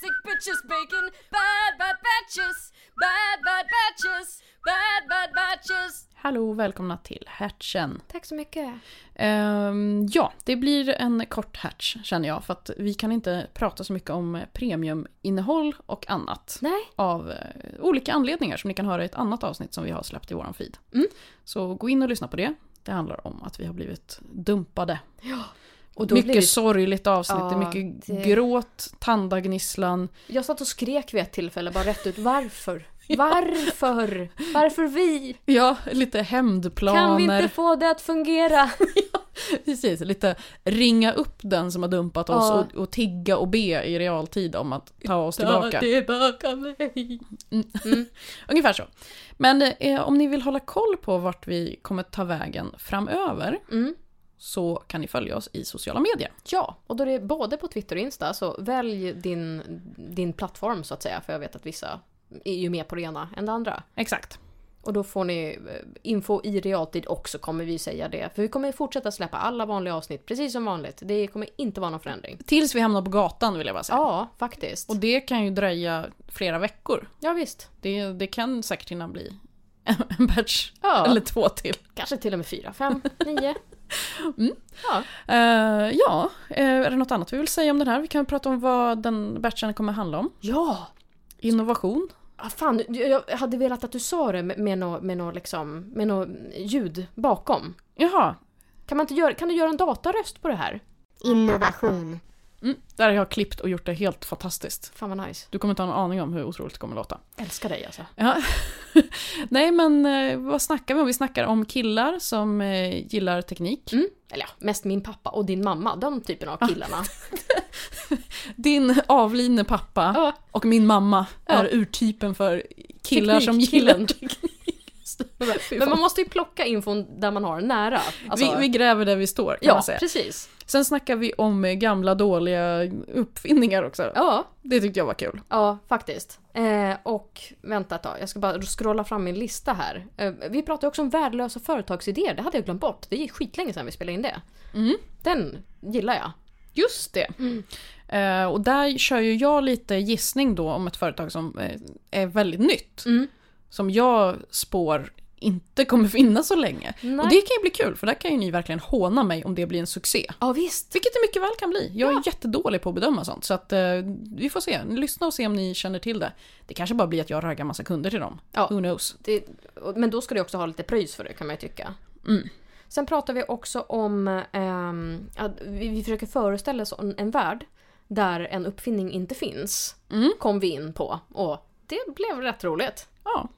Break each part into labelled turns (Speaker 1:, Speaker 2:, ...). Speaker 1: sandwiches, bacon, bad bad batches, bad bad batches, bad bad batches.
Speaker 2: Hallå och välkomna till Hatchen.
Speaker 3: Tack så mycket.
Speaker 2: Ehm, ja, det blir en kort hatch känner jag för att vi kan inte prata så mycket om premiuminnehåll och annat.
Speaker 3: Nej.
Speaker 2: Av eh, olika anledningar som ni kan höra i ett annat avsnitt som vi har släppt i våran feed.
Speaker 3: Mm.
Speaker 2: Så gå in och lyssna på det. Det handlar om att vi har blivit dumpade.
Speaker 3: Och
Speaker 2: mycket
Speaker 3: blev det-
Speaker 2: sorgligt avsnitt, det
Speaker 3: Ja,
Speaker 2: är mycket
Speaker 3: det-
Speaker 2: gråt, tandagnisslan.
Speaker 3: Jag satt och skrek vid ett tillfälle bara rätt ut varför? Varför? Varför vi?
Speaker 2: Ja, lite hämndplaner.
Speaker 3: Kan vi inte få det att fungera?
Speaker 2: Precis, lite ringa upp den som har dumpat oss
Speaker 3: Ja.
Speaker 2: och, och tigga och be i realtid om att ta oss tillbaka.
Speaker 3: tillbaka mig.
Speaker 2: Ungefär så. Men eh, om ni vill hålla koll på vart vi kommer ta vägen framöver
Speaker 3: Mm.
Speaker 2: så kan ni följa oss i sociala medier.
Speaker 3: Ja, och då är det både på Twitter och Insta, så välj din, din plattform så att säga, för jag vet att vissa är ju mer på det ena än det andra.
Speaker 2: Exakt.
Speaker 3: Och då får ni eh, info i realtid också kommer vi säga det. För vi kommer fortsätta släppa alla vanliga avsnitt precis som vanligt. Det kommer inte vara någon förändring.
Speaker 2: Tills vi hamnar på gatan vill jag bara säga.
Speaker 3: Ja, faktiskt.
Speaker 2: Och det kan ju dröja flera veckor.
Speaker 3: Ja, visst.
Speaker 2: Det, det kan säkert hinna bli en batch
Speaker 3: Ja,
Speaker 2: eller två till.
Speaker 3: kanske till och med fyra, fem, nio.
Speaker 2: Eh, ja, eh, är det något annat vi vill säga om den här? Vi kan prata om vad den batchen kommer handla om.
Speaker 3: Ja!
Speaker 2: Innovation.
Speaker 3: Ah, fan, jag jag hade velat att du sa det med, med något med nå, liksom, med nå ljud bakom.
Speaker 2: Jaha,
Speaker 3: Kan, man inte göra, kan du göra en dataröst på det här?
Speaker 4: Innovation.
Speaker 2: Mm, där har jag klippt och gjort det helt fantastiskt.
Speaker 3: Fan vad nice.
Speaker 2: Du kommer inte ha en aning om hur otroligt det kommer låta.
Speaker 3: Älskar dig alltså.
Speaker 2: Ja. Nej men eh, vad snackar vi om? Vi snackar om killar som eh, gillar teknik.
Speaker 3: Mm. Eller ja, mest min pappa och din mamma. De typen av killarna.
Speaker 2: Din avlidne pappa
Speaker 3: Ja.
Speaker 2: och min mamma
Speaker 3: Ja.
Speaker 2: är urtypen för killar som gillar
Speaker 3: Teknikkillen. Men
Speaker 2: fan.
Speaker 3: man måste ju plocka infon där man har den nära. Alltså,
Speaker 2: Vi, vi gräver där vi står kan
Speaker 3: ja,
Speaker 2: man säga.
Speaker 3: precis.
Speaker 2: Sen snackar vi om eh, gamla dåliga uppfinningar också.
Speaker 3: Ja,
Speaker 2: Det tyckte jag var kul.
Speaker 3: ja faktiskt. Eh, och vänta ett tag, jag ska bara scrolla fram min lista här. Eh, vi pratade också om värdelösa företagsidéer, det hade jag glömt bort. Det är skitlänge sedan vi spelade in det.
Speaker 2: Mm.
Speaker 3: Den gillar jag.
Speaker 2: Just det.
Speaker 3: Mm.
Speaker 2: Eh, och där kör ju jag lite gissning då om ett företag som eh, är väldigt nytt.
Speaker 3: Mm.
Speaker 2: Som jag spår inte kommer finnas så länge.
Speaker 3: Nej.
Speaker 2: Och det kan ju bli kul för där kan ju ni verkligen håna mig om det blir en succé.
Speaker 3: Ja visst.
Speaker 2: Vilket det mycket väl kan bli. Jag är jättedålig på att bedöma sånt. Så att eh, vi får se. Lyssna och se om ni känner till det. Det kanske bara blir att jag raggar massa kunder till dem.
Speaker 3: Ja.
Speaker 2: Who knows?
Speaker 3: Det, och- men då ska du också ha lite pröjs för det kan man ju tycka.
Speaker 2: Mm.
Speaker 3: Sen pratar vi också om ehm, att vi, vi försöker föreställa oss en, en värld där en uppfinning inte finns.
Speaker 2: Mm.
Speaker 3: Kom vi in på och det blev rätt roligt.
Speaker 2: Ja.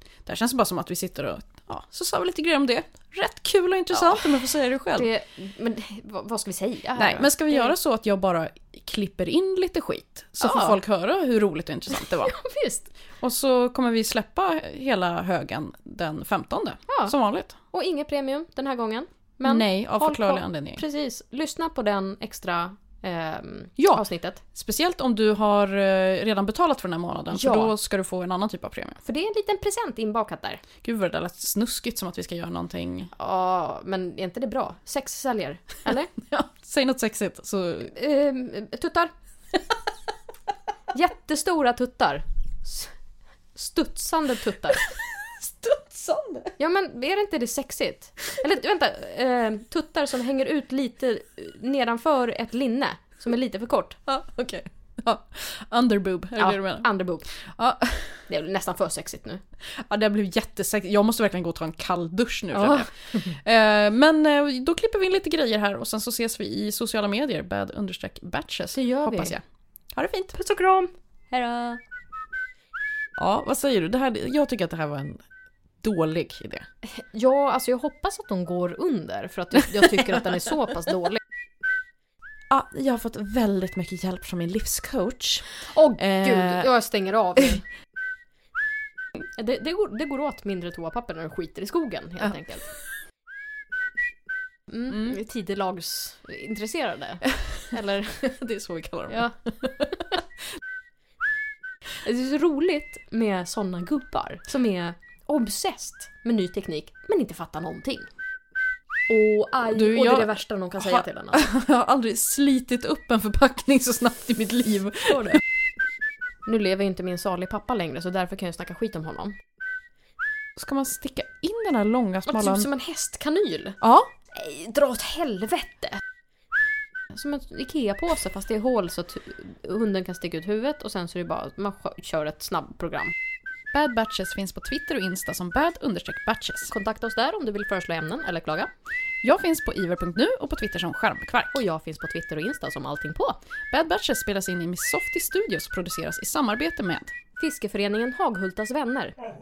Speaker 2: Det här känns bara som att vi sitter och ja, så sa vi lite grejer om det. Rätt kul och intressant om jag får säga det själv.
Speaker 3: Det, men vad, vad ska vi säga här
Speaker 2: Nej,
Speaker 3: då?
Speaker 2: men ska vi
Speaker 3: det,
Speaker 2: göra så att jag bara klipper in lite skit? Så får
Speaker 3: Ja.
Speaker 2: folk höra hur roligt och intressant det var.
Speaker 3: Visst.
Speaker 2: Och så kommer vi släppa hela högen den 15.
Speaker 3: Ja.
Speaker 2: Som vanligt.
Speaker 3: Och inget premium den här gången. Men
Speaker 2: Nej, av
Speaker 3: håll
Speaker 2: förklarlig
Speaker 3: koll.
Speaker 2: anledning.
Speaker 3: precis, lyssna på den extra ehm,
Speaker 2: Ja.
Speaker 3: avsnittet.
Speaker 2: Speciellt om du har eh, redan betalat för den här månaden,
Speaker 3: Ja.
Speaker 2: för då ska du få en annan typ av premie.
Speaker 3: För det är en liten present inbakat där.
Speaker 2: Gud vad det där lät snuskigt som att vi ska göra någonting.
Speaker 3: Ja, men är inte det bra? Sex säljer, eller?
Speaker 2: Ja, säg något sexigt så...
Speaker 3: Ehm, tuttar. Jättestora tuttar. S- Studsande tuttar.
Speaker 2: Studsande!
Speaker 3: Ja men är det inte det sexigt? Eller vänta, ehm, tuttar som hänger ut lite eh, nedanför ett linne som är lite för kort.
Speaker 2: Ja, okej. Ja. Underboob, är det
Speaker 3: Ja,
Speaker 2: det du menar?
Speaker 3: Underboob.
Speaker 2: Ja.
Speaker 3: Det är väl nästan för sexigt nu.
Speaker 2: Ja, det blev jättesexigt. Jag måste verkligen gå och ta en kall dusch nu.
Speaker 3: Ja.
Speaker 2: känner jag. Eh, Men eh, då klipper vi in lite grejer här och sen så ses vi i sociala medier, bad understreck batches.
Speaker 3: Det gör vi.
Speaker 2: Hoppas jag. Ha det fint.
Speaker 3: Puss och kram! Hejdå!
Speaker 2: Ja, vad säger du? Det här, jag tycker att det här var en dålig idé.
Speaker 3: Ja, alltså jag hoppas att de går under för att jag- jag tycker att den är så pass dålig.
Speaker 2: Ja, jag har fått väldigt mycket hjälp från min livscoach.
Speaker 3: Åh
Speaker 2: Eh.
Speaker 3: gud, jag stänger av nu. Det, det, går, det går åt mindre toapapper när du skiter i skogen helt
Speaker 2: Ja.
Speaker 3: enkelt. Mm,
Speaker 2: Mm.
Speaker 3: vi är tidelagsintresserade. Eller,
Speaker 2: Det är så vi kallar dem.
Speaker 3: ja. Det är så roligt med såna gubbar som är obsessed med ny teknik men inte fattar någonting. Och, aj,
Speaker 2: Du,
Speaker 3: och det är
Speaker 2: jag-
Speaker 3: det värsta någon kan
Speaker 2: Ha-
Speaker 3: säga till en. Alltså.
Speaker 2: Jag har aldrig slitit upp en förpackning så snabbt i mitt liv.
Speaker 3: Förstår du? Nu lever ju inte min salig pappa längre så därför kan jag snacka skit om honom.
Speaker 2: Ska man sticka in den här långa
Speaker 3: Typ
Speaker 2: smallan?
Speaker 3: som en hästkanyl.
Speaker 2: Ja,
Speaker 3: Nej, dra åt helvete! Som en IKEA-påse fast det är hål så att hu- hunden kan sticka ut huvudet och sen så är det bara att man skö- kör ett snabbprogram.
Speaker 2: Bad Batches finns på Twitter och Insta som bad-batches.
Speaker 3: Kontakta oss där om du vill föreslå ämnen eller klaga.
Speaker 2: Jag finns på iver.nu och på Twitter som skärmkvark.
Speaker 3: Och jag finns på Twitter och Insta som allting på.
Speaker 2: Bad Batches spelas in i Missofty Studios och produceras i samarbete med
Speaker 3: Fiskeföreningen Haghultas vänner.